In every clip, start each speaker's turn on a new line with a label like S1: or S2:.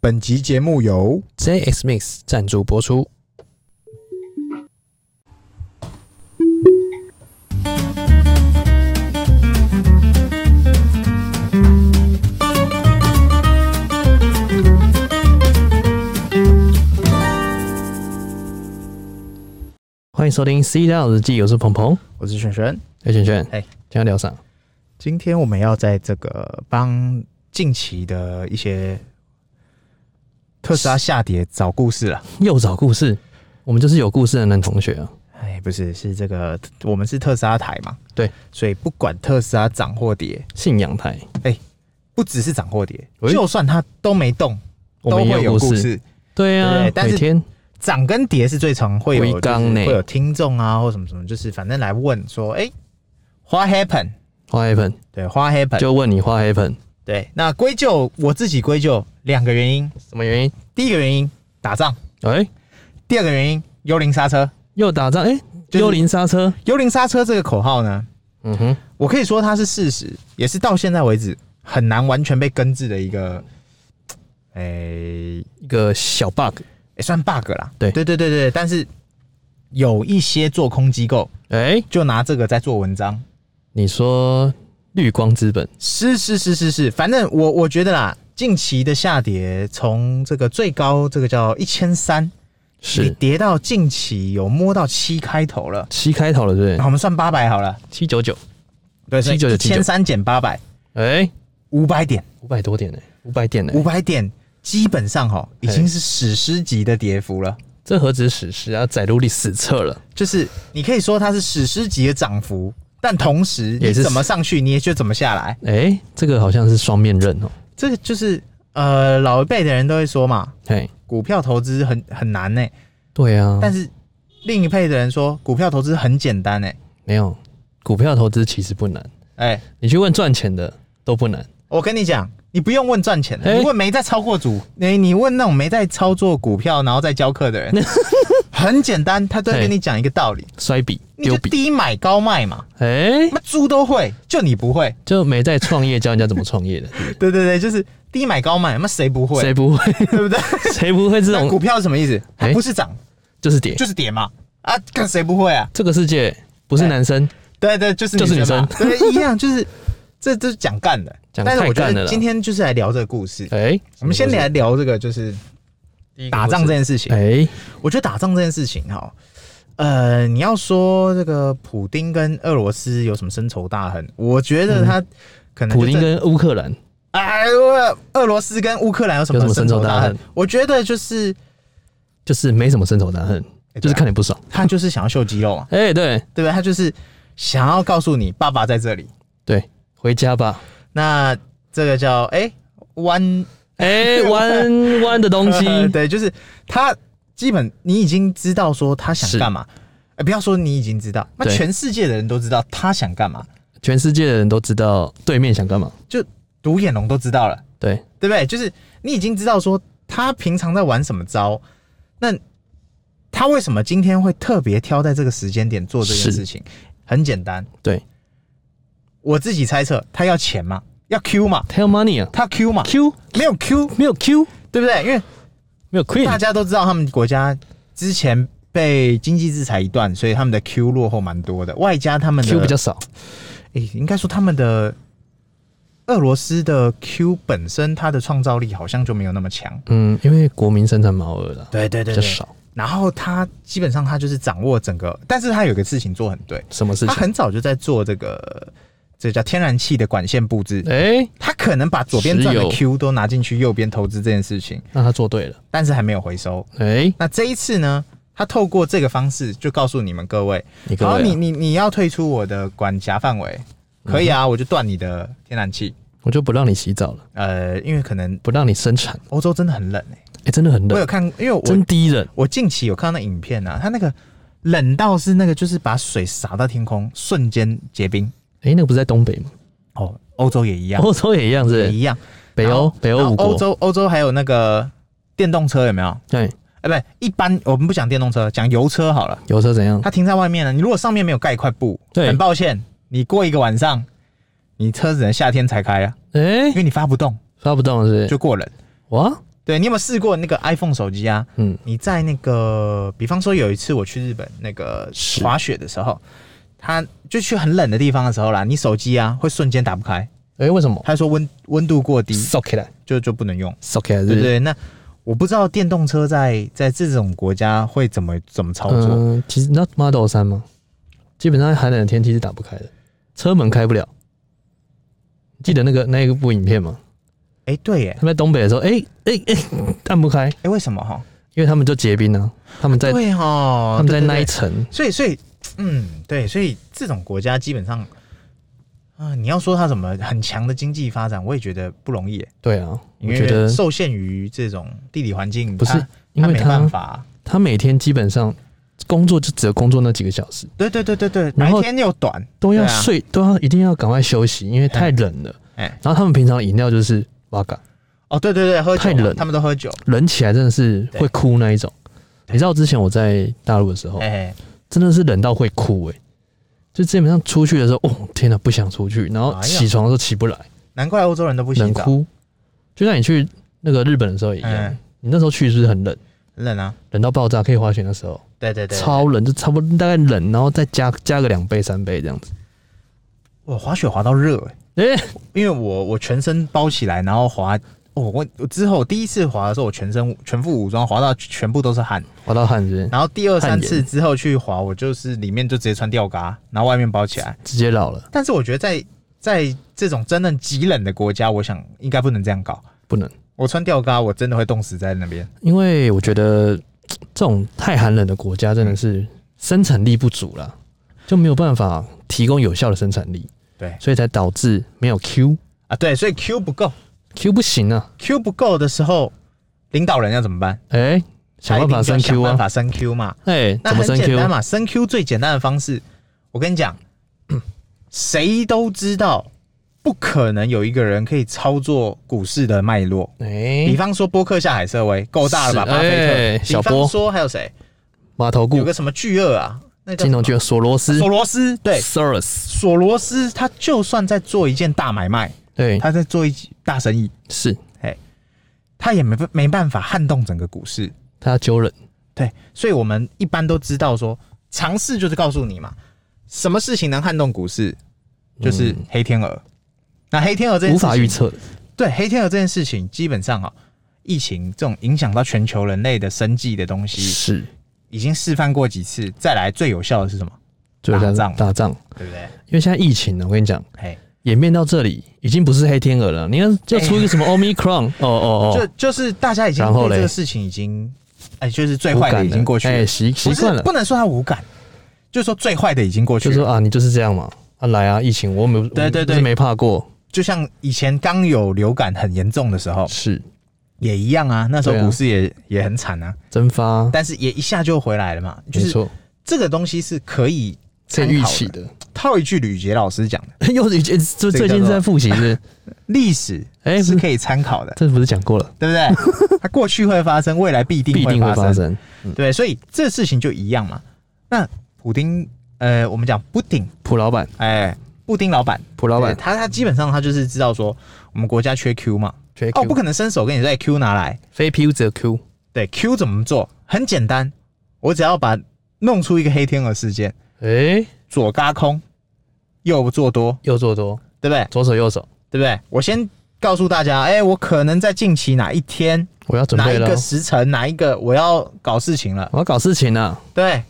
S1: 本集节目由
S2: JX Mix 赞助播出。欢迎收听《C 档日记》，我是鹏鹏，
S1: 我是璇璇。
S2: 哎，璇璇，
S1: 哎
S2: 今天要聊啥？
S1: 今天我们要在这个帮近期的一些特斯拉下跌找故事啊了。
S2: 又找故事，我们就是有故事的男同学啊。
S1: 哎，不是，是这个我们是特斯拉台嘛？
S2: 对，
S1: 所以不管特斯拉涨或跌，
S2: 信仰台，
S1: 不只是涨或跌，
S2: 喂
S1: 就算它都没动，
S2: 我们
S1: 都
S2: 也
S1: 会有
S2: 故
S1: 故
S2: 事。
S1: 事。
S2: 对
S1: 对
S2: 啊
S1: 不对，但
S2: 每
S1: 是
S2: 天
S1: 涨跟跌是最常会有，
S2: 微
S1: 就是
S2: 刚呢
S1: 会有听众啊或什么什么，就是反正来问说，哎、花 happen，
S2: 花黑盆
S1: 对，花 happen，
S2: 就问你花黑盆
S1: 对，那归咎我自己归咎两个原因，
S2: 什么原因？
S1: 第一个原因打仗，
S2: 哎、
S1: 第二个原因幽灵刹车。
S2: 又打仗，哎、
S1: 就是
S2: 幽灵刹车，
S1: 幽灵刹车这个口号呢，
S2: 嗯哼，
S1: 我可以说它是事实，也是到现在为止很难完全被根治的一个，诶、
S2: 一个小 bug，
S1: 也算 bug 啦。
S2: 对
S1: 对对对对，但是有一些做空机构
S2: 哎、
S1: 就拿这个在做文章。
S2: 你说绿光资本，
S1: 是是是是是，反正我我觉得啦，近期的下跌从这个最高这个叫一千三，你
S2: 是
S1: 跌到近期有摸到七开头了，
S2: 七开头了，对不
S1: 好
S2: 对？
S1: 我们算八百好了，
S2: 七九九，
S1: 对，所以
S2: 799
S1: 一千三减八百，
S2: 哎，
S1: 五百点，
S2: 五百多点呢、五百点呢、
S1: 五百点基本上哈已经是史诗级的跌幅了，
S2: 这何止史诗啊，载入历史册了，
S1: 就是你可以说它是史诗级的涨幅，但同时你
S2: 也是
S1: 怎么上去你也就怎么下来，
S2: 哎、这个好像是双面刃哦、
S1: 这个就是呃老一辈的人都会说嘛，
S2: 嘿，
S1: 股票投资很很难呢、
S2: 对啊，
S1: 但是另一派的人说，股票投资很简单诶、
S2: 没有股票投资其实不难，
S1: 哎、
S2: 你去问赚钱的都不难，
S1: 我跟你讲，你不用问赚钱的，
S2: 哎
S1: 你问没在操过组，你、你问那种没在操作股票然后再教课的 人，很简单，他都会跟你讲一个道理，
S2: 摔笔
S1: 你就
S2: 丢笔，
S1: 低买高卖嘛，
S2: 哎、
S1: 那猪都会，就你不会。
S2: 就没在创业教人家怎么创业的，
S1: 对对对，就是低买高卖，那谁不会？
S2: 谁 不会？
S1: 对不对？
S2: 谁不会这
S1: 那股
S2: 种
S1: 票是什么意思？它
S2: 哎
S1: 不是涨
S2: 就是跌？
S1: 就是跌嘛。啊，看谁不会啊？
S2: 这个世界不
S1: 哎
S2: 是男生，
S1: 对对，就是
S2: 就是女
S1: 嘛对，一样就是。这这是讲干的，
S2: 讲
S1: 但是我
S2: 太
S1: 觉
S2: 干
S1: 得
S2: 的了
S1: 今天就是来聊这个故事。
S2: 哎、
S1: 我们先
S2: 什么
S1: 来聊这个，就是
S2: 故事
S1: 打仗这，件事情。
S2: 哎、
S1: 我觉得打仗这件事情哈，呃，你要说这个普丁跟俄罗斯有什么深仇大恨，我觉得他可能就
S2: 嗯普丁
S1: 在
S2: 跟乌克兰，
S1: 哎，俄俄罗斯跟乌克兰有什
S2: 有
S1: 么
S2: 什么
S1: 深
S2: 深
S1: 仇
S2: 仇大
S1: 大恨
S2: 恨？
S1: 我觉得就是
S2: 就是没什么深仇大恨，
S1: 哎
S2: 就是
S1: 对啊
S2: 看你不爽。
S1: 他就是想要秀肌肉嘛，
S2: 哎、对
S1: 对不对？他就是想要告诉你爸爸在这里。
S2: 对，回家吧。
S1: 那这个叫哎弯 呃
S2: 哎、弯弯的东西，
S1: 对，就是他基本你已经知道说他想
S2: 是
S1: 干嘛。哎，不要说你已经知道，那
S2: 对
S1: 全世界的人都知道他想干嘛，
S2: 全世界的人都知道对面想干嘛。
S1: 就独眼龙都知道了。
S2: 对，
S1: 对不对？就是你已经知道说他平常在玩什么招，那他为什么今天会特别挑在这个时间点做这件
S2: 是
S1: 事情？很简单，
S2: 对
S1: 我自己猜测，他要钱嘛，要 Q 嘛，
S2: ，Tell money 啊
S1: 他 Q 嘛，
S2: ，Q
S1: 没有 Q，
S2: 没有 Q，
S1: 对不对？因为
S2: 没有
S1: 大
S2: Queen，
S1: 家都知道他们国家之前被经济制裁一段，所以他们的 Q 落后蛮多的，外加他们的
S2: Q 比较少，
S1: 诶、应该说他们的俄罗斯的 Q 本身它的创造力好像就没有那么强。
S2: 嗯，因为国民生产毛额了，
S1: 对对
S2: 比
S1: 对
S2: 较
S1: 对，
S2: 少。
S1: 然后他基本上他就是掌握整个，但是他有个事情做很对，
S2: 什么事
S1: 他
S2: 情？
S1: 很早就在做这个，这叫天然气的管线布置。
S2: 哎、
S1: 他可能把左边赚
S2: 石
S1: 的
S2: 油
S1: Q 都拿进去右边投资这件事情，
S2: 那他做对了。
S1: 但是还没有回收。
S2: 哎、
S1: 那这一次呢，他透过这个方式就告诉你们各位，
S2: 你各
S1: 好，
S2: 位、
S1: 你
S2: 啊，嗯
S1: 你你要退出我的管辖范围，可以啊，我就断你的天然气。
S2: 我就不让你洗澡了，
S1: 呃，因为可能
S2: 不让你生产。
S1: 欧洲真的很冷诶、
S2: 哎、真的很
S1: 我
S2: 冷
S1: 有，看，因为我
S2: 真低冷。
S1: 我近期有看到那影片啊，它那个冷到是那个就是把水洒到天空，瞬间结冰。
S2: 哎、那个不是在东北吗？
S1: 哦，欧洲也一样，
S2: 欧洲也一样
S1: 也
S2: 是
S1: 一样。
S2: 北
S1: 然后
S2: 欧，北
S1: 然
S2: 欧
S1: 后
S2: 五
S1: 欧
S2: 国，
S1: 洲欧洲还有那个电动车有没有？
S2: 对，
S1: 哎、不不，一般我们不讲电动车，讲油车好了。
S2: 油车怎样？
S1: 它停在外面啊了，你如果上面没有盖一块布，
S2: 对
S1: 很抱歉，你过一个晚上，你车只能夏天才开啊，
S2: 哎、
S1: 因为你发不动，
S2: 发不动是不是
S1: 就过冷。
S2: 哇，
S1: 对你有没有试过那个 iPhone 手机啊？
S2: 嗯，
S1: 你在那个，比方说有一次我去日本那个
S2: 是
S1: 滑雪的时候，它就去很冷的地方的时候啦，你手机啊会瞬间打不开，
S2: 哎、为什么？啊
S1: 他说温温度过低
S2: 烧起来，
S1: 就就不能用，
S2: 烧起来是不
S1: 对
S2: 是
S1: 不对？那我不知道电动车在在这种国家会怎么怎么操作，
S2: 嗯、其实你知道 Model 三吗？基本上寒冷的天气是打不开的，车门开不了。记得那个那一部影片吗？
S1: 哎、对耶，
S2: 他们在东北的时候，哎哎哎，按不开，
S1: 哎、为什么哈？
S2: 因为他们就结冰啊，他们在
S1: 对哈，
S2: 他们
S1: 对
S2: 在
S1: 对
S2: 那一
S1: 对
S2: 层，
S1: 所以，所以，嗯，对，所以这种国家基本上，啊、你要说它什么很强的经济发展，我也觉得不容易耶，
S2: 对啊，
S1: 因
S2: 我觉得
S1: 为受限于这种地理环境，
S2: 不是
S1: 它
S2: 因
S1: 它
S2: 为
S1: 没办
S2: 他
S1: 法。
S2: 他每天基本上工作就只有工作那几个小时，
S1: 对对对对对，
S2: 然
S1: 白
S2: 后
S1: 天又短，
S2: 都要
S1: 对啊
S2: 睡，都要一定要赶快休息，因为太冷了。
S1: 哎，
S2: 然后他们平常饮料就是哇嘎，
S1: 哦，对对对，喝酒
S2: 太
S1: 嘛
S2: 冷
S1: 他们都喝酒，
S2: 冷起来真的是会哭那一种。
S1: 对
S2: 你知道之前我在大陆的时候，
S1: 哎，
S2: 真的是冷到会哭哎、就基本上出去的时候，哦天哪，不想出去，然后
S1: 哎呀
S2: 起床都起不来，
S1: 难怪欧洲人都不洗
S2: 冷
S1: 澡，
S2: 哭。就像你去那个日本的时候也一样，
S1: 嗯
S2: 你那时候去是不是很冷？
S1: 冷啊，
S2: 冷到爆炸，可以滑雪的时候
S1: 对对对，对
S2: 超冷，就差不多大概冷，然后再加加个两倍三倍这样子。
S1: 我滑雪滑到热，哎
S2: 哎、
S1: 因为我我全身包起来，然后滑，哦，我我之后第一次滑的时候，我全身全副武装，滑到全部都是汗。
S2: 滑到汗是不是
S1: 然后第二三次
S2: 汗
S1: 之后去滑，我就是里面就直接穿吊嘎，然后外面包起来。
S2: 直接老了，
S1: 但是我觉得在在这种真正极冷的国家，我想应该不能这样搞。
S2: 不能。
S1: 我穿吊嘎，我真的会冻死在那边。
S2: 因为我觉得这种太寒冷的国家真的是
S1: 嗯
S2: 生产力不足啦，就没有办法提供有效的生产力，
S1: 对
S2: 所以才导致没有 Q，Q
S1: 啊，对，所以 Q 不够
S2: 不行啊，
S1: ，Q 不够的时候，领导人要怎么办？
S2: 哎、想办法
S1: 他一
S2: 升
S1: 定就要想
S2: Q
S1: 办
S2: 啊，
S1: 法升 Q 嘛。
S2: 哎、
S1: 那
S2: 怎么
S1: 很
S2: 升
S1: 简
S2: Q？
S1: 单嘛，升 Q 最简单的方式，我跟你讲， 谁都知道，不可能有一个人可以操作股市的脉络。
S2: 哎
S1: 比，方说波克夏海瑟薇够大了吧？
S2: 是
S1: 巴菲特。
S2: 哎小
S1: 比
S2: 波
S1: 方说还有谁？
S2: 码头
S1: 有
S2: 股
S1: 个、什么巨鳄啊？那叫
S2: 金融圈、索罗斯
S1: 索、罗斯。对，
S2: Soros，
S1: 索罗斯他就算在做一件大买卖，
S2: 对，
S1: 他在做一起大生意，
S2: 是
S1: 他也没办没办法撼动整个股市。
S2: 他要揪人，
S1: 对，所以我们一般都知道说，尝试就是告诉你嘛，什么事情能撼动股市，就是黑天鹅。那黑天鹅这件
S2: 嗯无
S1: 事情
S2: 法预测的，
S1: 对黑天鹅这件事情，基本上啊、疫情这种影响到全球人类的生计的东西，
S2: 是，
S1: 已经示范过几次，再来最有效的是什么？
S2: 就是
S1: 打仗
S2: 打仗，
S1: 对不对？
S2: 因为现在疫情呢，啊我跟你讲。
S1: 哎，
S2: 演变到这里，已经不是黑天鹅了。你看，就出一个什么 Omicron，、哦哦
S1: 哎就
S2: 哦，
S1: 就是大家已经
S2: 然后
S1: 对
S2: 嘞
S1: 这个事情已经，哎，就是最
S2: 无
S1: 坏
S2: 感
S1: 的已经过去
S2: 哎、
S1: 了，
S2: 习
S1: 不
S2: 习
S1: 是
S2: 惯了
S1: 不，能说他无感，就是说最坏的已经过去
S2: 就说
S1: 了。
S2: 啊，你就是这样嘛，啊来啊，疫情我没有，
S1: 对
S2: 我
S1: 对
S2: 就
S1: 对
S2: 是没怕过，
S1: 就像以前刚有流感很严重的时候
S2: 是
S1: 也一样啊，那时
S2: 对
S1: 候
S2: 啊
S1: 股市也也很惨啊，
S2: 蒸发，
S1: 但是也一下就回来了嘛。就
S2: 没
S1: 是
S2: 错，
S1: 这个东西是可以
S2: 这
S1: 参
S2: 预
S1: 考
S2: 期
S1: 的。
S2: 的，
S1: 套一句吕杰老师讲的，
S2: 又是就
S1: 这个
S2: 最
S1: 叫
S2: 近
S1: 做
S2: 是在复习 是，
S1: 历史
S2: 哎、
S1: 是
S2: 不是，
S1: 可以参考的，
S2: 这不是讲过了，
S1: 对不 对？它过去会发生，未来必定
S2: 必
S1: 会
S2: 定
S1: 发
S2: 会
S1: 生
S2: 发。生，
S1: 对，所以这事情就一样嘛。那普丁，呃，我们讲布丁，
S2: 普老板，
S1: 哎，布丁老板，
S2: 普老
S1: 对
S2: 板
S1: 他他基本上他就是知道说我们国家缺 Q 嘛，
S2: 缺
S1: 哦，
S2: Q，、
S1: 不可能伸手跟你说哎 Q 拿来，
S2: 非 Q 则 Q，
S1: 对 Q 怎么做？很简单，我只要把弄出一个黑天鹅事件，
S2: 哎、
S1: 左嘎空，右做多，
S2: 右做多，
S1: 对不对？
S2: 左手右手，
S1: 对不对？我先告诉大家，哎、我可能在近期哪一天、
S2: 我要准
S1: 哪
S2: 备
S1: 一
S2: 了
S1: 个
S2: 哦，
S1: 时辰、哪一个我要搞事情了，
S2: 我要搞事情啊了，
S1: 对。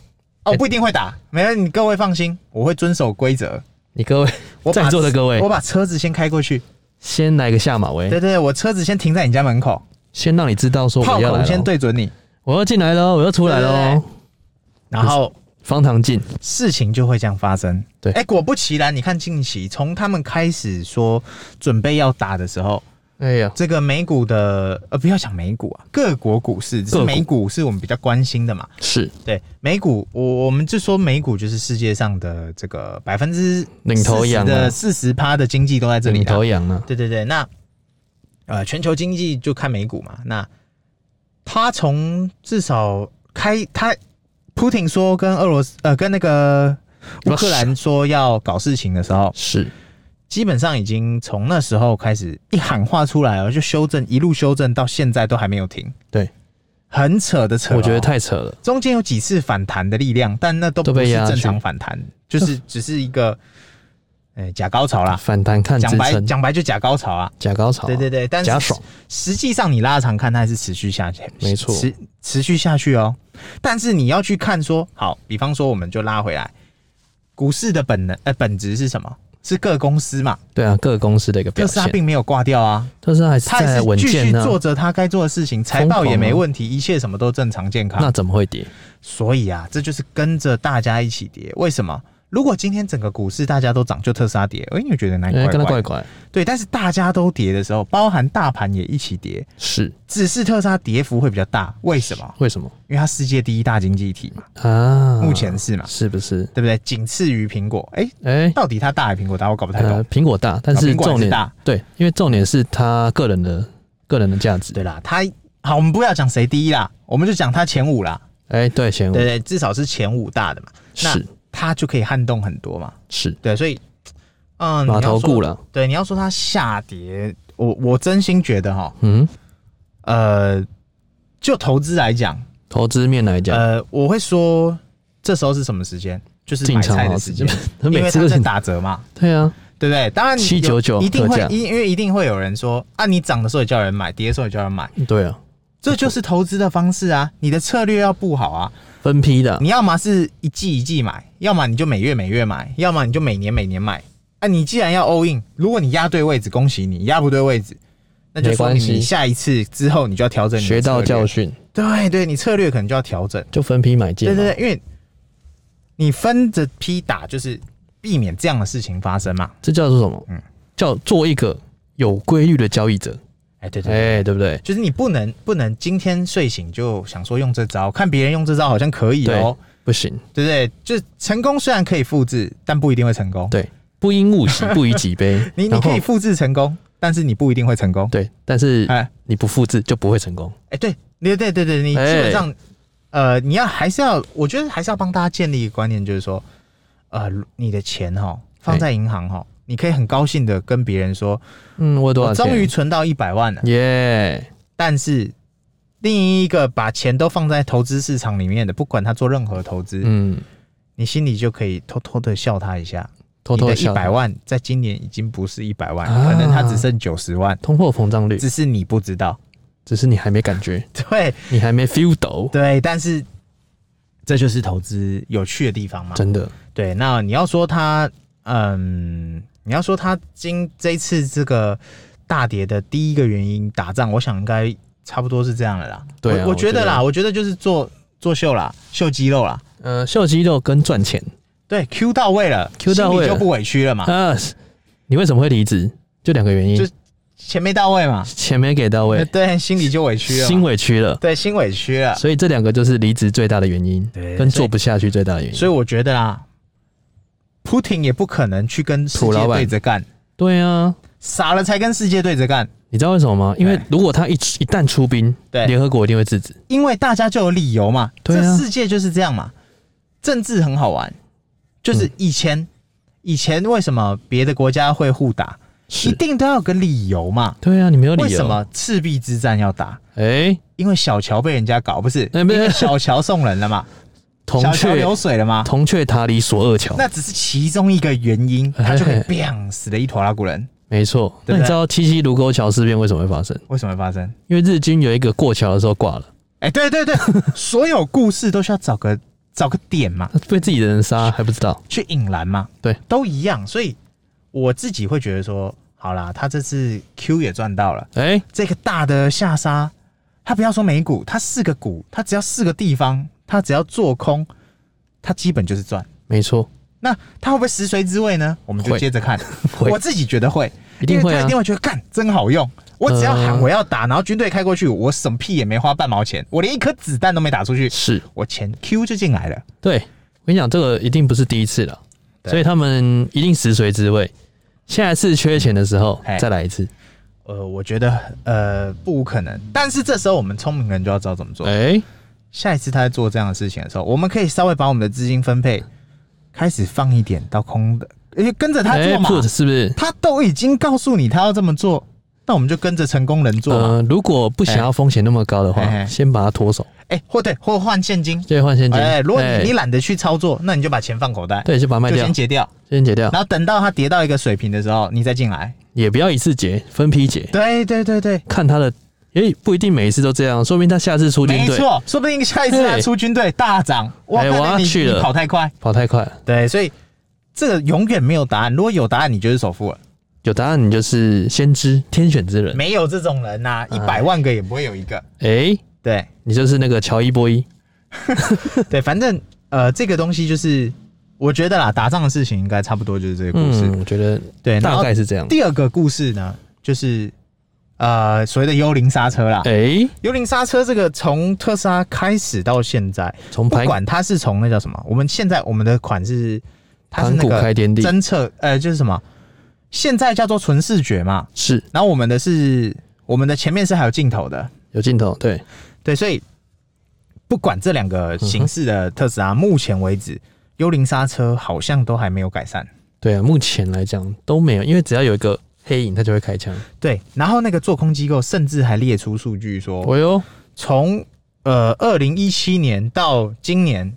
S1: 哦，
S2: 哎
S1: 不一定会打，没问你各位放心，我会遵守规则。
S2: 你各位
S1: 我把
S2: 在座的各位
S1: 我把车子先开过去。
S2: 先来个下马威
S1: 对，对对，我车子先停在你家门口，
S2: 先让你知道说
S1: 炮
S2: 我要来
S1: 口
S2: 了
S1: 先
S2: 哦。
S1: 对准你，
S2: 我要进来喽，我要出来
S1: 对对
S2: 喽，
S1: 然后
S2: 方唐镜
S1: 事情就会这样发生。
S2: 对
S1: 哎，果不其然，你看近期从他们开始说准备要打的时候，
S2: 哎呀，
S1: 这个美股的呃，不要讲美股啊，各国股市，只
S2: 各
S1: 是
S2: 国
S1: 美股是我们比较关心的嘛。
S2: 是
S1: 对，美股，我我们就说美股就是世界上的这个百分之
S2: 领头羊啊
S1: 的四十趴的经济都在这里
S2: 领
S1: 啊
S2: 头羊啊，
S1: 对对对，那呃，全球经济就看美股嘛。那他从至少开他，Putin 说跟俄罗斯呃跟那个乌克兰说要搞事情的时候，
S2: 是
S1: 基本上已经从那时候开始一喊话出来了，就修正一路修正到现在都还没有停，
S2: 对，
S1: 很扯的扯哦、
S2: 我觉得太扯了。
S1: 中间有几次反弹的力量，但那都
S2: 都
S1: 不
S2: 被
S1: 是
S2: 压
S1: 正常
S2: 去
S1: 反弹，就是只是一个，呃、假高潮啦。
S2: 反弹看支
S1: 讲白
S2: 撑，
S1: 讲白就假高潮啊。
S2: 假高潮啊，
S1: 对对对，但
S2: 假
S1: 是
S2: 爽，
S1: 实际上你拉长看，它还是持续下去，
S2: 没错
S1: 持持续下去哦。但是你要去看说，好，比方说我们就拉回来，股市的本能呃本质是什么？是各公司嘛，
S2: 对啊，各个公司的一个表
S1: 特斯
S2: 现
S1: 拉，并没有挂掉啊，
S2: 特斯拉还是
S1: 它还
S2: 在
S1: 是
S2: 稳
S1: 继续
S2: 健啊呢，
S1: 做着它该做的事情，财
S2: 疯狂
S1: 报也没
S2: 啊
S1: 问题，一切什么都正常健康。
S2: 那怎么会跌？
S1: 所以啊，这就是跟着大家一起跌。为什么？如果今天整个股市大家都涨，就特斯拉跌，哎、你会觉得哪里
S2: 因为
S1: 怪
S2: 跟
S1: 怪
S2: 它
S1: 的？
S2: 怪怪，
S1: 对，但是大家都跌的时候，包含大盘也一起跌，
S2: 是
S1: 只是特斯拉跌幅会比较大。为什么？
S2: 为什么
S1: 因为它世界第一大经济体嘛，
S2: 啊？
S1: 目前是嘛，
S2: 是不是？
S1: 对不对？仅次于苹果。哎、
S2: 哎，
S1: 到底它大还是苹果大？我搞不太懂。啊
S2: 呃，苹果大，但是
S1: 苹果还是
S2: 重点
S1: 大
S2: 对，因为重点是它个人的个人的价值。
S1: 对啦，它好，我们不要讲谁第一啦，我们就讲它前五啦，
S2: 哎，对，前五
S1: 对不对？至少是前五大的嘛，那
S2: 是
S1: 它就可以撼动很多嘛。
S2: 是
S1: 对，所以，嗯，
S2: 码头
S1: 固
S2: 固了，
S1: 对，你要说它下跌，我我真心觉得哈，
S2: 嗯，
S1: 呃，就投资来讲，
S2: 投资面来讲，
S1: 呃，我会说这时候是什么时间？就是
S2: 进
S1: 买
S2: 场
S1: 菜
S2: 好
S1: 的
S2: 时
S1: 时间
S2: 间，他
S1: 因为
S2: 每次
S1: 它
S2: 都
S1: 在
S2: 是
S1: 打折嘛，
S2: 对啊，
S1: 对不对？当然有
S2: 799
S1: 一定会
S2: 特，价
S1: 因因为一定会有人说啊，你涨的时候也叫人买，跌的时候也叫人 买，
S2: 对啊，
S1: 这就是投资的方式啊。你的策略要布好啊，
S2: 分批的啊，
S1: 你要么是一季一季买，要么你就每月每月买，要么你就每年每年买。啊，你既然要 all in，如果你压对位置，恭喜你；压不对位置，那就
S2: 没
S1: 说
S2: 关
S1: 明
S2: 系
S1: 你下一次之后你就要调整你的
S2: 学到
S1: 策略
S2: 教训
S1: 对对，你策略可能就要调整。
S2: 就分批买进
S1: 对
S2: 嘛，
S1: 对对，因为你分着批打，就是避免这样的事情发生嘛。
S2: 这叫做什么？
S1: 嗯
S2: 叫做一个有规律的交易者，
S1: 哎，对对对，
S2: 哎，对不对？
S1: 就是你不能不能今天睡醒就想说用这招，看别人用这招好像可以哦，
S2: 不行，
S1: 对不对？就是成功虽然可以复制，但不一定会成功。。
S2: 对，不因物喜，不以己悲
S1: 你你
S2: 然后
S1: 可以复制成功，但是你不一定会成功。
S2: 对，但是
S1: 哎
S2: 你不复制就不会成功。
S1: 哎，对，对对对对，你基
S2: 哎
S1: 本上，呃，你要还是要，我觉得还是要帮大家建立一个观念，就是说，呃，你的钱哈放在银行哈，你可以很高兴的跟别人说，
S2: 嗯，我有多
S1: 我
S2: 少钱？
S1: 终于存到一百万了。
S2: 耶，
S1: 但是另一个把钱都放在投资市场里面的，不管他做任何投资，
S2: 嗯，
S1: 你心里就可以偷偷的笑他一下。
S2: 偷偷
S1: 你
S2: 地
S1: 的一
S2: 笑
S1: 百万，在今年已经不是一百万，
S2: 啊
S1: 可能他只剩九十万，
S2: 通货膨胀率，
S1: 只是你不知道。
S2: 只是你还没感觉，
S1: 对
S2: 你还没 feel 到，
S1: 对，但是这就是投资有趣的地方嘛。
S2: 真的
S1: 对，那你要说他，嗯，你要说他今这一次这个大跌的第一个原因打仗，我想应该差不多是这样了啦。
S2: 对啊
S1: 我，我觉
S2: 我觉
S1: 得
S2: 得
S1: 啦，我觉得就是做做秀啦，秀肌肉啦。
S2: 呃，秀肌肉跟赚钱
S1: 对，Q 到位了
S2: Q 到位
S1: 心
S2: 了
S1: 里就不委屈了 嘛，
S2: 啊，你为什么会离职？就两个原
S1: 就
S2: 因，
S1: 钱没到位嘛，
S2: 钱没给到
S1: 对，
S2: 位，
S1: 心里就委屈了
S2: 心
S1: 嘛，
S2: 委屈了，
S1: 对，心委屈了。
S2: 所以这两个就是离职最大的原因
S1: 对，
S2: 跟
S1: 所以
S2: 做不下去最大的原因。
S1: 所以我觉得啦，Putin 也不可能去跟世
S2: 土
S1: 界
S2: 老板
S1: 对着干，
S2: 对啊，
S1: 傻了才跟世界对着干，
S2: 你知道为什么吗？因为
S1: 哎
S2: 如果他一一旦出兵，
S1: 对
S2: 联合国一定会制止。
S1: 因为大家就有理由嘛，
S2: 对啊
S1: 这世界就是这样嘛，政治很好玩，
S2: 嗯
S1: 就是以前、以前为什么别的国家会互打，一
S2: 是，
S1: 定都要有个理由嘛，
S2: 对啊，你没有理由。
S1: 为什？么赤壁之战要打？
S2: 哎、
S1: 因为小乔被人家搞，不是？
S2: 哎不是
S1: 因为小乔送人 了嘛，
S2: 铜
S1: 小乔
S2: 雀
S1: 流水了 嘛，
S2: 铜雀塔里索二乔，
S1: 那只是其中一个原 因，
S2: 哎
S1: 他就会 biang 死了一坨拉古人。
S2: 没错。
S1: 对不对
S2: 那你知道七七卢沟桥事变为什么会发生？
S1: 为什么会发生？
S2: 因为日军有一个过桥的时候挂了，
S1: 哎、对对对，所有故事都需要找个找个点嘛，
S2: 他被自己的人杀还不知道。
S1: 去引燃嘛，
S2: 对，
S1: 都一样。所以我自己会觉得说，好啦，他这次 Q 也赚到了，
S2: 哎、
S1: 这个大的下杀，他不要说美股，他四个股，他只要四个地方，他只要做空，他基本就是赚。
S2: 没错，
S1: 那他会不会食髓知味呢？我们就
S2: 会
S1: 接着看。
S2: 会
S1: 我自己觉得 会，
S2: 一定会
S1: 因为
S2: 啊
S1: 他一定会觉得干真好用。我只要喊
S2: 呃
S1: 我要打，然后军队开过去，我什么屁也没花半毛钱，我连一颗子弹都没打出去，
S2: 是
S1: 我钱 Q 就进来了。
S2: 对。我跟你讲，这个一定不是第一次了，
S1: 对
S2: 所以他们一定食髓知味。下一次缺钱的时候
S1: 哎
S2: 再来一次。
S1: 呃，我觉得呃不无可能，但是这时候我们聪明人就要知道怎么做。
S2: 哎、
S1: 下一次他在做这样的事情的时候，我们可以稍微把我们的资金分配开始放一点到空的，而且跟着他
S2: 哎
S1: 做嘛，
S2: ，put 是不是？
S1: 他都已经告诉你他要这么做，那我们就跟着成功人做嘛。
S2: 呃，如果不想要风险那么高的话，
S1: 哎哎
S2: 先把它脱手，
S1: 哎、或对，或换现金。
S2: 兑换现金。
S1: 哎、如果
S2: 哎
S1: 你你懒得去操作，那你就把钱放口袋，
S2: 对，就把它卖
S1: 就
S2: 掉哦
S1: 先，结掉，
S2: 先解掉，
S1: 然后等到它跌到一个水平的时候，你再进来。
S2: 也不要一次结，分批结，
S1: 对对对对，
S2: 看他的，诶，不一定每一次都这样，说不定他下次出军
S1: 没
S2: 队
S1: 错，说不定下一次他
S2: 对
S1: 出军队大涨，哇，
S2: 哎
S1: 那
S2: 我要
S1: 你
S2: 去了
S1: 你跑太快。
S2: 跑太快了。
S1: 对，所以这个永远没有答案。如果有答案，你就是首富了。
S2: 有答案，你就是先知天选之人。
S1: 没有这种人呐、
S2: 哎
S1: 一百万个也不会有一个。
S2: 诶，
S1: 对
S2: 哎你就是那个乔伊波伊。
S1: 对，反正呃，这个东西就是我觉得啦，打仗的事情应该差不多就是这个故事。
S2: 嗯，我觉得
S1: 对，然
S2: 大
S1: 后
S2: 概是这样。
S1: 第二个故事呢，就是呃所谓的幽灵刹车啦。
S2: 诶，
S1: 幽灵刹车这个从特斯拉开始到现在，
S2: 从
S1: 不
S2: 盘
S1: 管它是从那叫什么，我们现在我们的款是它是
S2: 盘
S1: 那
S2: 古
S1: 个
S2: 开天地
S1: 侦测，呃，就是什么，现在叫做纯视觉嘛，
S2: 是
S1: 然后我们的是我们的前面是还有镜头的，
S2: 有镜头，对，
S1: 对，所以不管这两个形式的特
S2: 嗯
S1: 斯拉，目前为止幽灵刹车好像都还没有改善。
S2: 对啊，目前来讲都没有，因为只要有一个黑影，他就会开枪。
S1: 对，然后那个做空机构甚至还列出数据说，
S2: 哦哟，
S1: 从呃二零一七年到今年，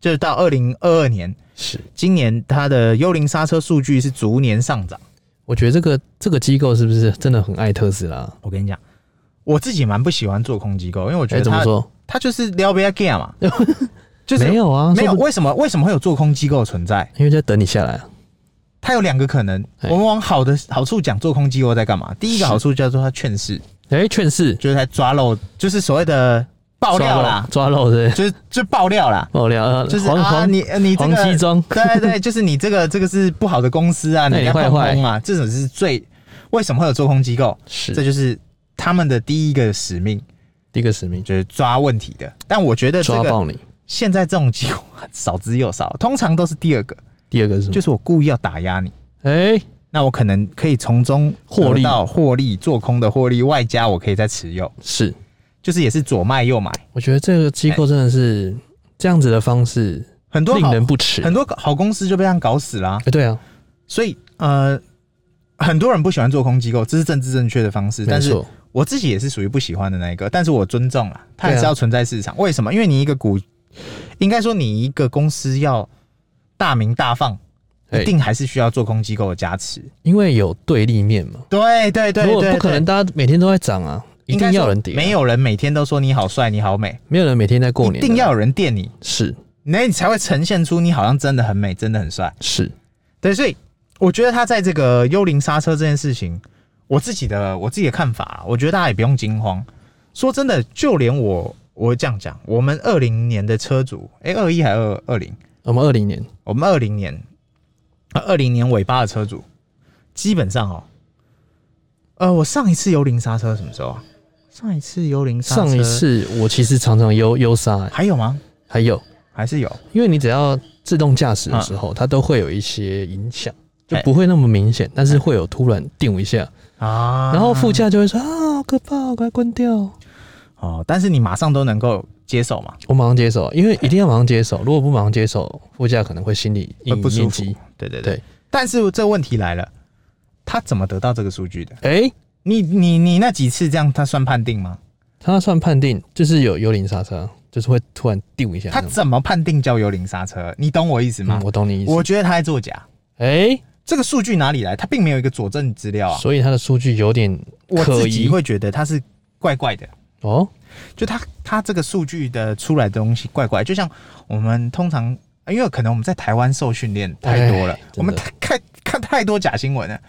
S1: 就是到二零二二年，
S2: 是，
S1: 今年它的幽灵刹车数据是逐年上涨。
S2: 我觉得这个这个机构是不是真的很爱特斯拉？
S1: 我跟你讲，我自己蛮不喜欢做空机构，因为我觉
S2: 哎、
S1: 得
S2: 怎
S1: 它、
S2: 么说？
S1: 它就是撩别 g a m 嘛，就是
S2: 没有啊，
S1: 没有
S2: 说不，
S1: 为什么为什么会有做空机构存在？
S2: 因为在等你下来啊。
S1: 它有两个可能，
S2: 哎
S1: 我们往好的好处讲，做空机构在干嘛？第一个
S2: 是
S1: 好处叫做它劝世，
S2: 哎、劝世
S1: 就是在抓漏，就是所谓的爆料啦，
S2: 抓漏抓漏是不是
S1: 就是就爆料啦，
S2: 爆料，呃
S1: 就是
S2: 黄
S1: 啊
S2: 黄
S1: 你呃你这
S2: 黄西
S1: 个
S2: 装，
S1: 对对，就是你这个这个是不好的公司 啊，
S2: 那
S1: 你
S2: 你
S1: 该
S2: 坏
S1: 放
S2: 坏
S1: 空啊，这种是最为什么会有做空机构？
S2: 是
S1: 这就是他们的第一个使命，
S2: 第一个使命，
S1: 就是抓问题的。但我觉得这
S2: 抓
S1: 个
S2: 爆你。
S1: 现在这种机构很少之又少，通常都是第二个，
S2: 第二个是什么？
S1: 就是我故意要打压你。
S2: 哎、
S1: 那我可能可以从中
S2: 获利
S1: 得到获利做空的获利，外加我可以再持有，
S2: 是，
S1: 就是也是左卖右买，
S2: 我觉得这个机构真的是这样子的方式
S1: 很多
S2: 令
S1: 好
S2: 人不齿。哎、
S1: 很多好公司就被这样搞死啦、
S2: 对啊，
S1: 所以呃，很多人不喜欢做空机构，这是政治正确的方式，
S2: 没
S1: 但是
S2: 错，
S1: 我自己也是属于不喜欢的那一个，但是我尊重啦，它还
S2: 对啊
S1: 是要存在市场。为什么？因为你一个股，应该说你一个公司要大名大放，一
S2: 哎
S1: 定还是需要做空机构的加持。
S2: 因为有对立面嘛。
S1: 对对对
S2: 如
S1: 对
S2: 果
S1: 对，
S2: 不可能，大家每天都在涨啊，一
S1: 应该
S2: 定
S1: 说
S2: 要有人跌啊、
S1: 没有人每天都说你好帅，你好美。
S2: 没有人每天在过年
S1: 一
S2: 的，
S1: 定要有人电你，
S2: 是
S1: 那你才会呈现出你好像真的很美，真的很帅。
S2: 是
S1: 对，所以我觉得他在这个幽灵刹车这件事情，我自己的我自己的看法啊，我觉得大家也不用惊慌。说真的，就连我我这样讲，我们二零年的车主，哎、2二一还二二零，
S2: 我们二零年
S1: 我们二零年二零年尾巴的车主，基本上哦，呃，我上一次幽灵刹车什么时候啊？上一次幽灵刹车，
S2: 上一次我其实常常忧忧杀、欸
S1: 还有吗？
S2: 还有
S1: 还是有？
S2: 因为你只要自动驾驶的时候，它都会有一些影响，就
S1: 嗯哎
S2: 不会那么明显，但是会有突然定一下，
S1: 啊，
S2: 然后副驾就会说
S1: 嗯
S2: 啊，好可怕，我快关掉，
S1: 哦，但是你马上都能够接受嘛，
S2: 我马上接手，因为一定要马上接手，如果不马上接手，副驾可能会心理阴
S1: 会
S2: 影
S1: 不舒
S2: 面
S1: 服
S2: 积。。
S1: 对对对。
S2: 对，
S1: 但是这问题来了，他怎么得到这个数据的？
S2: 哎、
S1: 你你你那几次这样，他算判定吗？
S2: 他算判定就是有幽灵刹车，就是会突然定一下
S1: 他
S2: 那种。
S1: 怎么判定叫幽灵刹车？你懂我意思吗
S2: 嗯，？我懂你意思。
S1: 我觉得他在作假。
S2: 哎、
S1: 这个数据哪里来？他并没有一个佐证资料啊。
S2: 所以他的数据有点
S1: 我
S2: 可
S1: 自己
S2: 疑
S1: 会觉得他是怪怪的，
S2: 哦。
S1: 就他他这个数据的出来的东西怪怪，就像我们通常。因为可能我们在台湾受训练太多了
S2: 哎真的，
S1: 我们太看看太多假新闻了，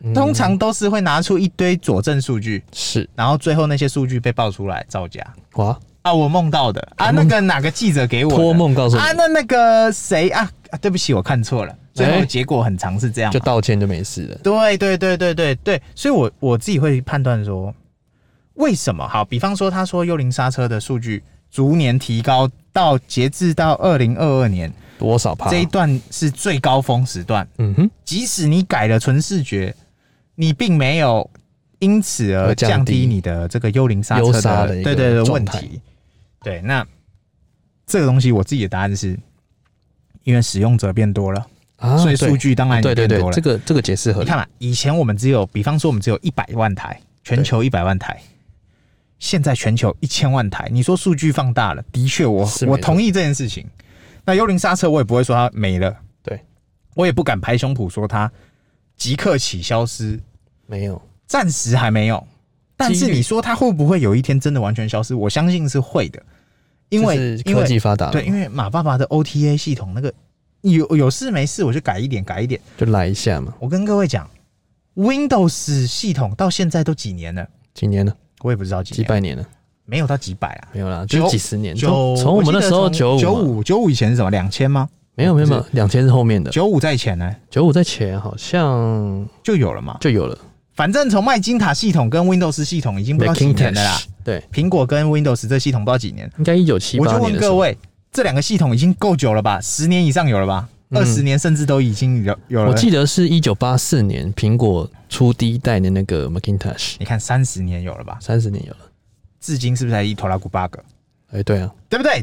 S2: 嗯
S1: 通常都是会拿出一堆佐证数据，
S2: 是
S1: 然后最后那些数据被爆出来造假
S2: 哇，
S1: 啊！我梦到的啊，那
S2: 梦
S1: 个哪个记者给我的
S2: 托梦告诉你
S1: 啊？那那个谁啊啊？对不起，我看错了。最后
S2: 哎
S1: 结果很常是这样嘛
S2: 就，道歉就没事了。
S1: 对对对对对对，所以我我自己会判断说，为什么好？比方说，他说幽灵刹车的数据逐年提高，到截至到二零二二年
S2: 多少趴？
S1: 这一段是最高峰时段，
S2: 嗯哼，
S1: 即使你改了纯视觉，你并没有因此而
S2: 而降
S1: 降
S2: 低
S1: 低你的这个幽灵刹
S2: 优
S1: 车
S2: 杀
S1: 的
S2: 的一
S1: 对
S2: 个
S1: 对对
S2: 状
S1: 问
S2: 态
S1: 题。对，那这个东西我自己的答案是，因为使用者变多了，
S2: 啊
S1: 所以数据当然也
S2: 对对
S1: 变
S2: 对
S1: 多，了
S2: 这。个这个解释合
S1: 你
S2: 理
S1: 看。嘛，以前我们只有，比方说我们只有一百万台，全球一百万台，现在全球一千万台。你说数据放大了，的确我
S2: 是没
S1: 我
S2: 错
S1: 同意这件事情。那幽灵刹车我也不会说它没了，
S2: 对
S1: 我也不敢拍胸脯说它即刻起消失，
S2: 没有，
S1: 暂时还没有。但
S2: 几
S1: 是
S2: 率
S1: 你说它会不会有一天真的完全消失？我相信是会的，因为
S2: 就是
S1: 因
S2: 科
S1: 为
S2: 技发达了，
S1: 对，因为马爸爸的 OTA 系统那个有有事没事我就改一点改一点。
S2: 就来一下嘛。
S1: 我跟各位讲，Windows 系统到现在都几年了，
S2: 几年了，
S1: 我也不知道几
S2: 几
S1: 年，
S2: 百年了，
S1: 没有到几百啊，
S2: 没有啦，
S1: 九
S2: 就几十年。
S1: 九
S2: 从从我们那时候九
S1: 九九
S2: 五啊嘛，
S1: 五九五以前是什么？两千吗？
S2: 没有没有没有
S1: 不，
S2: 两千是后面的，
S1: 九五在前呢
S2: 九五在前好像
S1: 就有了嘛。
S2: 就有了。
S1: 反正从麦金塔系统跟 Windows 系统已经不知道几
S2: King
S1: 年了啦
S2: Touch，，对，
S1: 苹果跟 Windows 这系统不知道几年，
S2: 应该一九七
S1: 我
S2: 八
S1: 就
S2: 年
S1: 问
S2: 的时
S1: 各
S2: 候，
S1: 位，这两个系统已经够久了吧？十年以上有了吧？
S2: 嗯
S1: 二十年甚至都已经有有了。
S2: 我记得是一九八四年苹果出第一代的那个 Macintosh，
S1: 你看三十年有了吧？
S2: 三十年有了。
S1: 至今是不是才一头拉古 bug？
S2: 哎，对啊，
S1: 对不对？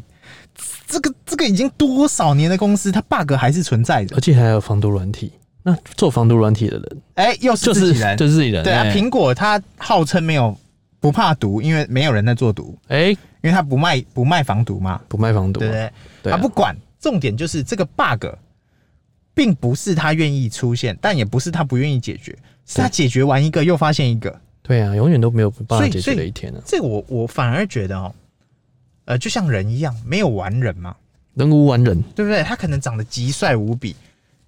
S1: 这个这个已经多少年的公司，它 bug 还是存在
S2: 而
S1: 着。
S2: 且还有防毒软体。那做防毒软体的人
S1: 哎、又
S2: 就是是
S1: 自己人，
S2: 呃就是自己人，
S1: 对啊。
S2: 哎
S1: 苹果它号称没有不怕毒，因为没有人在做毒，
S2: 哎
S1: 因为它不卖不卖防毒嘛，
S2: 不卖防毒
S1: 对不
S2: 啊，
S1: 对？
S2: 对
S1: 它
S2: 啊
S1: 不管，重点就是这个 bug，并不是它愿意出现，但也不是它不愿意解决，是它解决完一个又发现一个。
S2: 对啊，永远都没有办
S1: 所
S2: 法
S1: 以
S2: 解
S1: 所
S2: 决
S1: 以
S2: 的一天啊。
S1: 这个我我反而觉得哦，呃，就像人一样，没有完人嘛，
S2: 人无完人，
S1: 对不对？他可能长得极帅无比，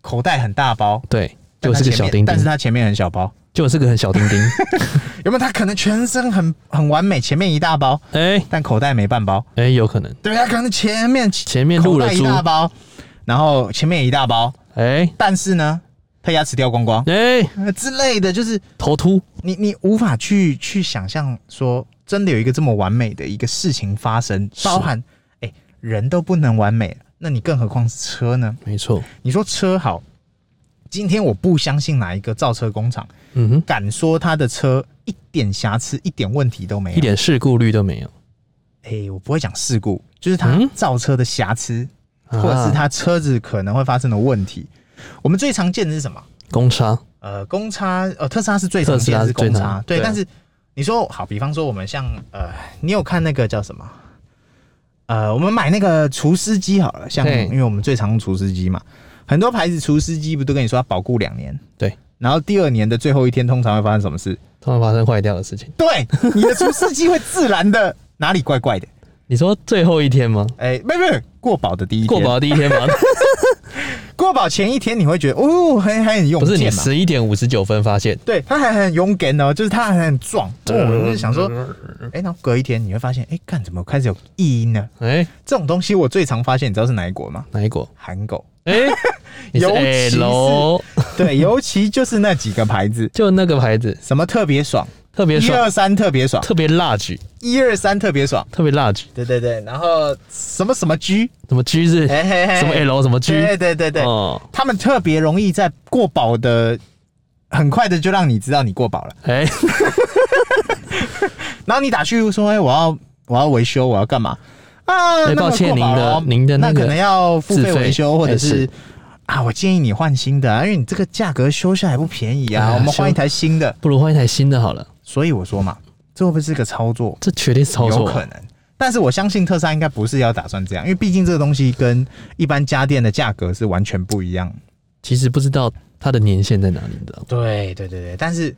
S1: 口袋很大包。
S2: 对，
S1: 但
S2: 就
S1: 他
S2: 是个
S1: 前
S2: 小
S1: 面
S2: 丁
S1: 但是
S2: 丁，
S1: 他前面很小包，
S2: 就是个很小丁丁。
S1: 有没有？他可能全身很很完美，前面一大包，
S2: 哎
S1: 但口袋没半包，
S2: 哎，有可能
S1: 对不对？他可能前面
S2: 前面录
S1: 口
S2: 了
S1: 袋一
S2: 猪，
S1: 大包，然后前面也一大包，
S2: 哎
S1: 但是呢，他牙齿掉光光、
S2: 哎，
S1: 呃之类的，就是
S2: 头秃，
S1: 你你无法去去想象说，真的有一个这么完美的一个事情发生，
S2: 是
S1: 包含哎、人都不能完美，那你更何况是车呢？
S2: 没错，
S1: 你说车好，今天我不相信哪一个造车工厂。
S2: 嗯哼，
S1: 敢说他的车一点瑕疵、一点问题都没有。
S2: 一，点事故率都没有，
S1: 哎、我不会讲事故，就是他
S2: 嗯
S1: 造车的瑕疵，
S2: 啊
S1: 或者是他车子可能会发生的问题。我们最常见的是什么？
S2: 公差，
S1: 呃，公差，呃，特斯拉是最常见的是公
S2: 特
S1: 差
S2: 斯拉是最常，
S1: 对。
S2: 对
S1: 但是你说好，比方说我们像呃，你有看那个叫什么？呃，我们买那个除湿机好了，像
S2: 对
S1: 因为我们最常用除湿机嘛，很多牌子除湿机不都跟你说要保固两年，
S2: 对。
S1: 然后第二年的最后一天，通常会发生什么事？
S2: 突然发生坏掉的事情。
S1: 对，你的除湿机会自然的哪里怪怪的？
S2: 你说最后一天吗？
S1: 哎、没没没过保的第一天，
S2: 过保的第一 天吗？
S1: 过保前一天你会觉得哦，还还很勇
S2: 不是你
S1: 健嘛？
S2: 十一点五十九分发现，
S1: 对，他还很勇敢哦，就是他还很壮。哦，我就是想说，
S2: 嗯
S1: 哎、然后隔一天你会发现，哎、干怎么开始有异音呢？
S2: 哎，
S1: 这种东西我最常发现，你知道是哪一国吗？
S2: 哪一国？
S1: 韩 狗。
S2: 哎，你是哎
S1: 尤其是
S2: L，
S1: 对，尤其就是那几个牌子，
S2: 就那个牌子
S1: 什么特别爽，
S2: 特别
S1: 一
S2: 爽，
S1: 二三特别爽，
S2: 特别辣举，
S1: 一二三特别爽。
S2: 特别辣举，
S1: 对对对，然后什么什么 G，
S2: 什么 G 是
S1: 哎嘿嘿嘿
S2: 什么 L 什么 G，
S1: 对对对对，
S2: 哦，
S1: 他们特别容易在过保的很快的就让你知道你过保了，
S2: 哎，
S1: 然后你打去说，哎、我要我要维修，我要干嘛？啊，
S2: 哎
S1: 那么
S2: 抱歉
S1: 过保了
S2: 您的您的那
S1: 那
S2: 个
S1: 可能要付费
S2: 自费
S1: 维修，或者
S2: 哎
S1: 是
S2: 是
S1: 啊，我建议你换新的、啊，因为你这个价格修下来不便宜啊，
S2: 哎呀
S1: 我们换一
S2: 修
S1: 台新的。
S2: 不如换一台新的好了，
S1: 所以我说嘛，这会不会是个操作？
S2: 这绝对是操
S1: 有
S2: 作
S1: 可
S2: 啊，
S1: 能。但是我相信特斯拉应该不是要打算这样，因为毕竟这个东西跟一般家电的价格是完全不一样。
S2: 其实不知道它的年限在哪里，你知道吗？
S1: 对对对对，但是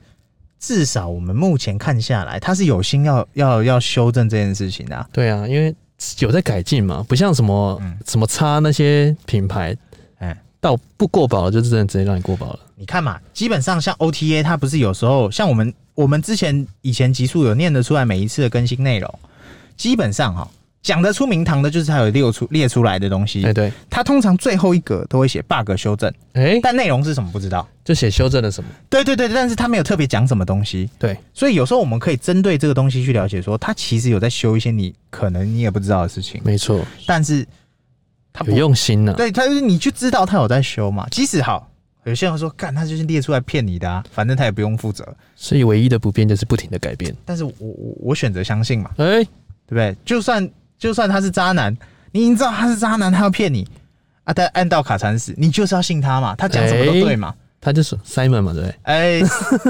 S1: 至少我们目前看下来，他是有心要要要修正这件事情的啊、
S2: 对啊，因为有在改进嘛，不像什么、
S1: 嗯
S2: 什么差那些品牌，
S1: 哎，
S2: 到不过保了就真的直接让你过保了。
S1: 你看嘛，基本上像 OTA，它不是有时候像我们我们之前以前集数有念得出来每一次的更新内容，基本上哈、讲得出名堂的，就是它有列出列出来的东
S2: 哎，
S1: 西，
S2: 对，
S1: 它通常最后一格都会写 bug 修正，
S2: 哎，
S1: 但内容是什么不知道。
S2: 就写修正了什么？
S1: 对对对，但是它没有特别讲什么东西，
S2: 对，
S1: 所以有时候我们可以针对这个东西去了解说它其实有在修一些你可能你也不知道的事情。
S2: 没错，
S1: 但是他不
S2: 有用心啊呢、
S1: 对他就是你就知道他有在修嘛。即使好，有些人说干他就是列出来骗你的啊，反正他也不用负责。
S2: 所以唯一的不变就是不停的改变。
S1: 但是我我我选择相信嘛，
S2: 哎、
S1: 对不对？就算就算他是渣男，你已经知道他是渣男，他要骗你，啊，但按到卡惨死，你就是要信他嘛，他讲什么都对嘛。
S2: 他就说 Simon 嘛，对不对？
S1: 哎、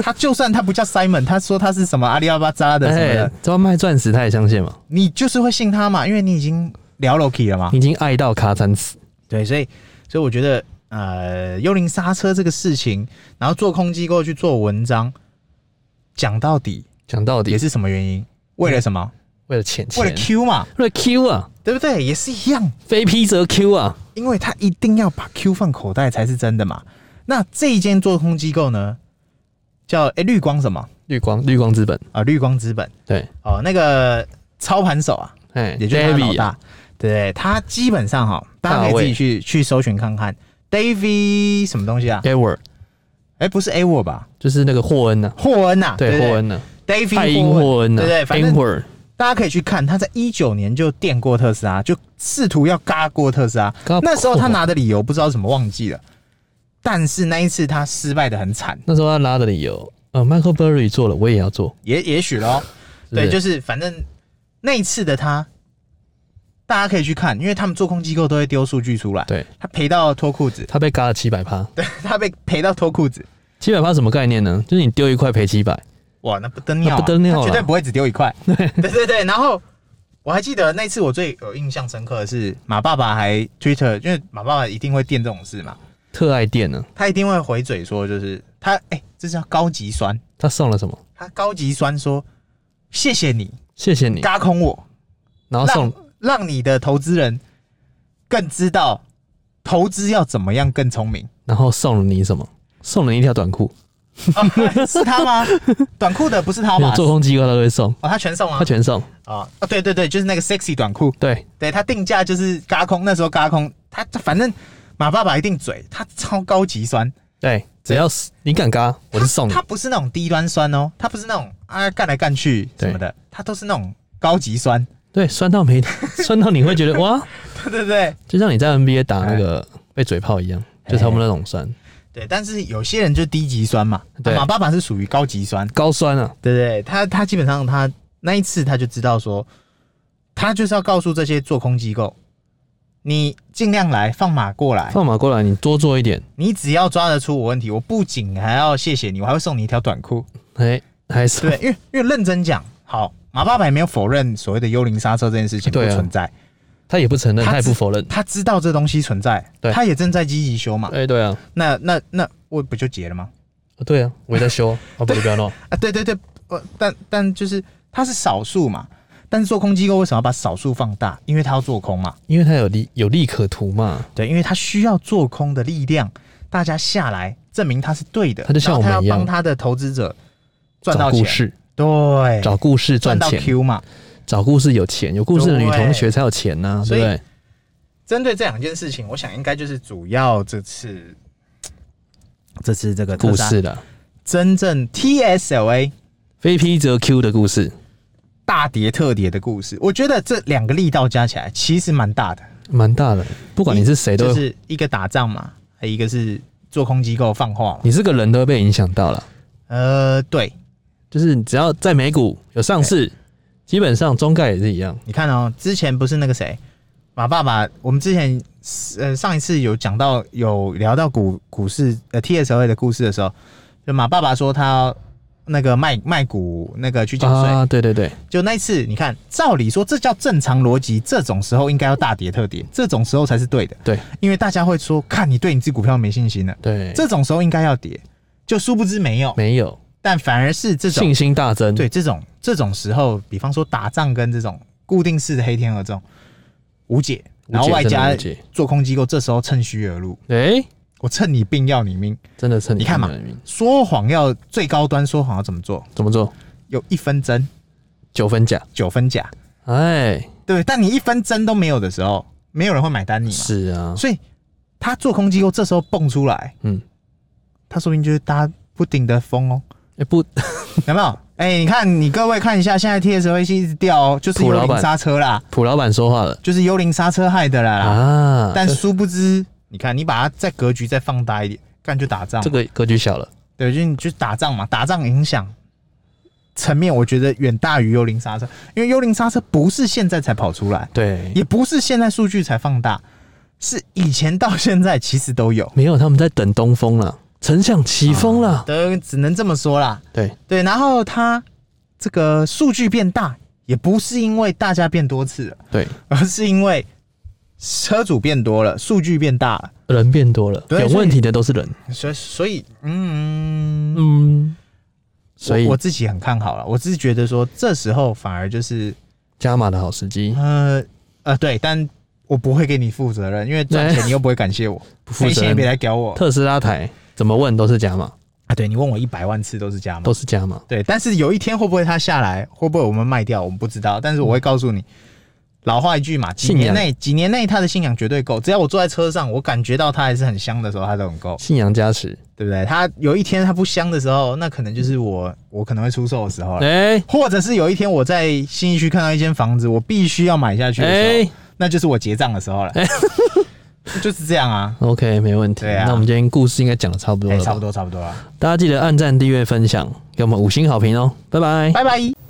S1: 他就算他不叫 Simon，他说他是什么阿里巴巴扎的什么的，
S2: 哎，这要卖钻石，他也相信嘛？
S1: 你就是会信他嘛，因为你已经聊 Loki 了嘛。
S2: 已经爱到卡惨死，
S1: 对，所以所以我觉得呃，幽灵刹车这个事情，然后做空机构去做文章，讲到底
S2: 讲到底
S1: 也是什么原因？为了什么？
S2: 为了钱，
S1: 为了
S2: 钱
S1: Q 嘛，
S2: 为了 Q 啊，
S1: 对不对？也是一样，
S2: 非 P 则 Q 啊，
S1: 因为他一定要把 Q 放口袋才是真的嘛。那这一间做空机构呢，叫哎绿光什么
S2: 绿光绿光资本，
S1: 啊？绿光资本
S2: 对，
S1: 哦，那个操盘手啊，
S2: 哎
S1: 也就是他的老
S2: ，David 啊
S1: 大，对他基本上哈，大家可以自己去去搜寻看看 Davy 什么东西啊？
S2: ，Edward
S1: 哎、不是 A 我吧？
S2: 就是那个霍恩呐，
S1: 霍恩呐、啊，
S2: 对，
S1: 对
S2: 霍恩呐，
S1: ，Davy
S2: 派因霍恩呐啊
S1: 对对，反正
S2: ，Edward
S1: 大家可以去看，他在一九年就电过特斯拉，就试图要嘎过特斯拉。
S2: 嘎过
S1: 那时候他拿的理由不知道什么忘记了，但是那一次他失败的很惨，
S2: 那时候他拉的理由，呃，Michael Berry 做了，我也要做，
S1: 也也许咯，
S2: 是不是
S1: 对，就是反正那一次的他，大家可以去看，因为他们做空机构都会丢数据出来，
S2: 对
S1: 他赔到脱裤子，
S2: 他被嘎了七百趴，
S1: 对他被赔到脱裤子，
S2: 七百趴什么概念呢？就是你丢一块赔七百，
S1: 哇，那不得了、啊，
S2: 那不得了啊
S1: 他绝对不会只丢一 块。对对对，然后我还记得那次我最有印象深刻的是马爸爸还 Twitter，因为马爸爸一定会垫这种事嘛，
S2: 特爱店呢，
S1: 他一定会回嘴说，就是他哎、这叫高级酸，
S2: 他送了什么？
S1: 他高级酸说谢谢你
S2: 谢谢你，
S1: 嘎空我，
S2: 然后哦送
S1: 让让你的投资人更知道投资要怎么样更聪 明。
S2: 然后送了你什么？送了你一条短裤，
S1: 啊是他吗？短裤的不是他
S2: 没有
S1: 吗？
S2: 做空机构他都会送，
S1: 哦，他全送啊
S2: 他！全送。
S1: 啊啊，对对对，就是那个 sexy 短裤，
S2: 对，
S1: 对他定价就是嘎空，那时候嘎空，他他反正马爸爸一定嘴，他超高级酸，
S2: 对，只要是你敢嘎，我就送你
S1: 他。。他不是那种低端酸哦，他不是那种啊干来干去什么的，他都是那种高级酸，
S2: 对，酸到没， 酸到你会觉得哇，
S1: 对对对
S2: 就像你在 NBA 打那个
S1: 哎
S2: 被嘴炮一样，就差不多那种酸，
S1: 对。但是有些人就低级酸嘛，啊
S2: 对
S1: 马爸爸是属于高级酸，
S2: 高酸啊。
S1: 对对对，他他基本上他那一次他就知道说，他就是要告诉这些做空机构，你尽量来放马过来，
S2: 放马过来，你多做一点，
S1: 你只要抓得出我问题，我不仅还要谢谢你，我还会送你一条短裤。
S2: 哎，还是
S1: 对，因为因为认真讲，好，马爸爸也没有否认所谓的幽灵刹车这件事情不
S2: 对啊
S1: 存在，
S2: 他也不承认，
S1: 他
S2: 他也
S1: 只
S2: 不否认。
S1: 他知道这东西存在，
S2: 对
S1: 他也正在积极修嘛。
S2: 哎，对啊，
S1: 那那那我不就结了吗？
S2: 对啊，我也在修啊，哦不，你不要弄，
S1: 啊，对对对，我但但就是他是少数嘛，但是做空机构为什么要把少数放大？因为他要做空嘛，
S2: 因为他有利有利可图嘛。
S1: 对，因为他需要做空的力量，大家下来证明他是对的，
S2: 他就像
S1: 然后
S2: 我们
S1: 他
S2: 一
S1: 要
S2: 样
S1: 帮他的投资者赚
S2: 找
S1: 到
S2: 故
S1: 钱，
S2: 事，
S1: 对，
S2: 找故事赚
S1: 赚到
S2: 钱，
S1: Q 嘛。
S2: 找故事有钱，有故事的女
S1: 对
S2: 同学才有钱呐，对
S1: 所以
S2: 不对？
S1: 针对这两件事情，我想应该就是主要这次，这次这个特
S2: 故
S1: 斯拉
S2: 事的。
S1: 真正 TSLA
S2: 非 P 则 Q 的故事，
S1: 大跌特跌的故事，我觉得这两个力道加起来其实蛮大的。
S2: 蛮大的。不管你是谁，都、
S1: 就是一个打仗嘛，还有一个是做空机构放话嘛。
S2: 你是个人，都会被影响到了。
S1: 呃，对，
S2: 就是你只要在美股有上市，基本上中概也是一样。
S1: 你看哦，之前不是那个谁马爸爸，我们之前呃上一次有讲到有聊到股股市呃 TSLA 的故事的时候，就马爸爸说他要那个卖卖股那个去缴税。
S2: 啊，对对对，
S1: 就那一次，你看，照理说这叫正常逻辑，这种时候应该要大跌特跌，这种时候才是对的。
S2: 对，
S1: 因为大家会说，看你对你自己股票没信心了，
S2: 对，
S1: 这种时候应该要跌，就殊不知没有，
S2: 没有
S1: 但反而是这种
S2: 信心大增。
S1: 对这种这种时候，比方说打仗跟这种固定式的黑天鹅这种无解，
S2: 无解
S1: 然后外
S2: 真的
S1: 加
S2: 无解
S1: 做空机构这时候趁虚而入，
S2: 哎、
S1: 我趁你病要你命，
S2: 真的趁
S1: 你看嘛
S2: 看明
S1: 说谎要最高端，说谎要怎么做？
S2: 怎么做？
S1: 有一分真
S2: 九分假，
S1: 九分假，
S2: 哎，
S1: 对，但你一分真都没有的时候，没有人会买单你嘛。
S2: 是啊，
S1: 所以他做空机构这时候蹦出来，
S2: 嗯，
S1: 他说明就是大家不顶的风哦，
S2: 哎、不，
S1: 有没有？哎、你看你各位看一下，现在 TSV 一直掉哦，就是
S2: 土
S1: 幽
S2: 老
S1: 灵
S2: 板
S1: 刹车啦，
S2: 普老板说话了
S1: 就是幽灵刹车害的啦啦。
S2: 啊，
S1: 但殊不知，你看你把它在格局再放大一点，干就打仗嘛，
S2: 这个格局小了，
S1: 对，就你就打仗嘛，打仗影响。层面我觉得远大于幽灵刹车，因为幽灵刹车不是现在才跑出来，
S2: 对，
S1: 也不是现在数据才放大，是以前到现在其实都有，
S2: 没有，他们在等东风了，丞相起风了。
S1: 都只能这么说啦。
S2: 啊对，
S1: 对，然后它这个数据变大，也不是因为大家变多次了，
S2: 对，
S1: 而是因为车主变多了，数据变大了，
S2: 人变多了，
S1: 对
S2: 有
S1: 所以
S2: 问题的都是人。
S1: 所以所以嗯，
S2: 嗯，所以
S1: 我我自己很看好了，我只是觉得说这时候反而就是
S2: 加码的好时机，
S1: 呃呃对，但我不会给你负责任，因为赚钱你又不会感谢我，
S2: 不负
S1: 没
S2: 责
S1: 钱也别
S2: 任。
S1: 来屌我
S2: 特斯拉台怎么问都是加码，
S1: 啊！对你问我一百万次都是加码
S2: 都，是加码。
S1: 对，但是有一天会不会它下来，会不会我们卖掉，我们不知道，但是我会告诉你。老话一句嘛，几
S2: 信
S1: 年
S2: 仰
S1: 内几年内它的信仰绝对够。只要我坐在车上，我感觉到它还是很香的时候，它都很够，
S2: 信仰加持，
S1: 对不对？它有一天它不香的时候，那可能就是我我可能会出售的时候了。
S2: 哎
S1: 或者是有一天我在新一区看到一间房子，我必须要买下去的时候，
S2: 哎
S1: 那就是我结账的时候了。 就是这样啊，
S2: ，OK，没问题。
S1: 对啊
S2: 那我们今天故事应该讲的差不多
S1: 哎、
S2: 了吧，
S1: 差不多差不多了，
S2: 大家记得按赞、订阅、分享，给我们五星好评哦，拜拜。
S1: 拜拜。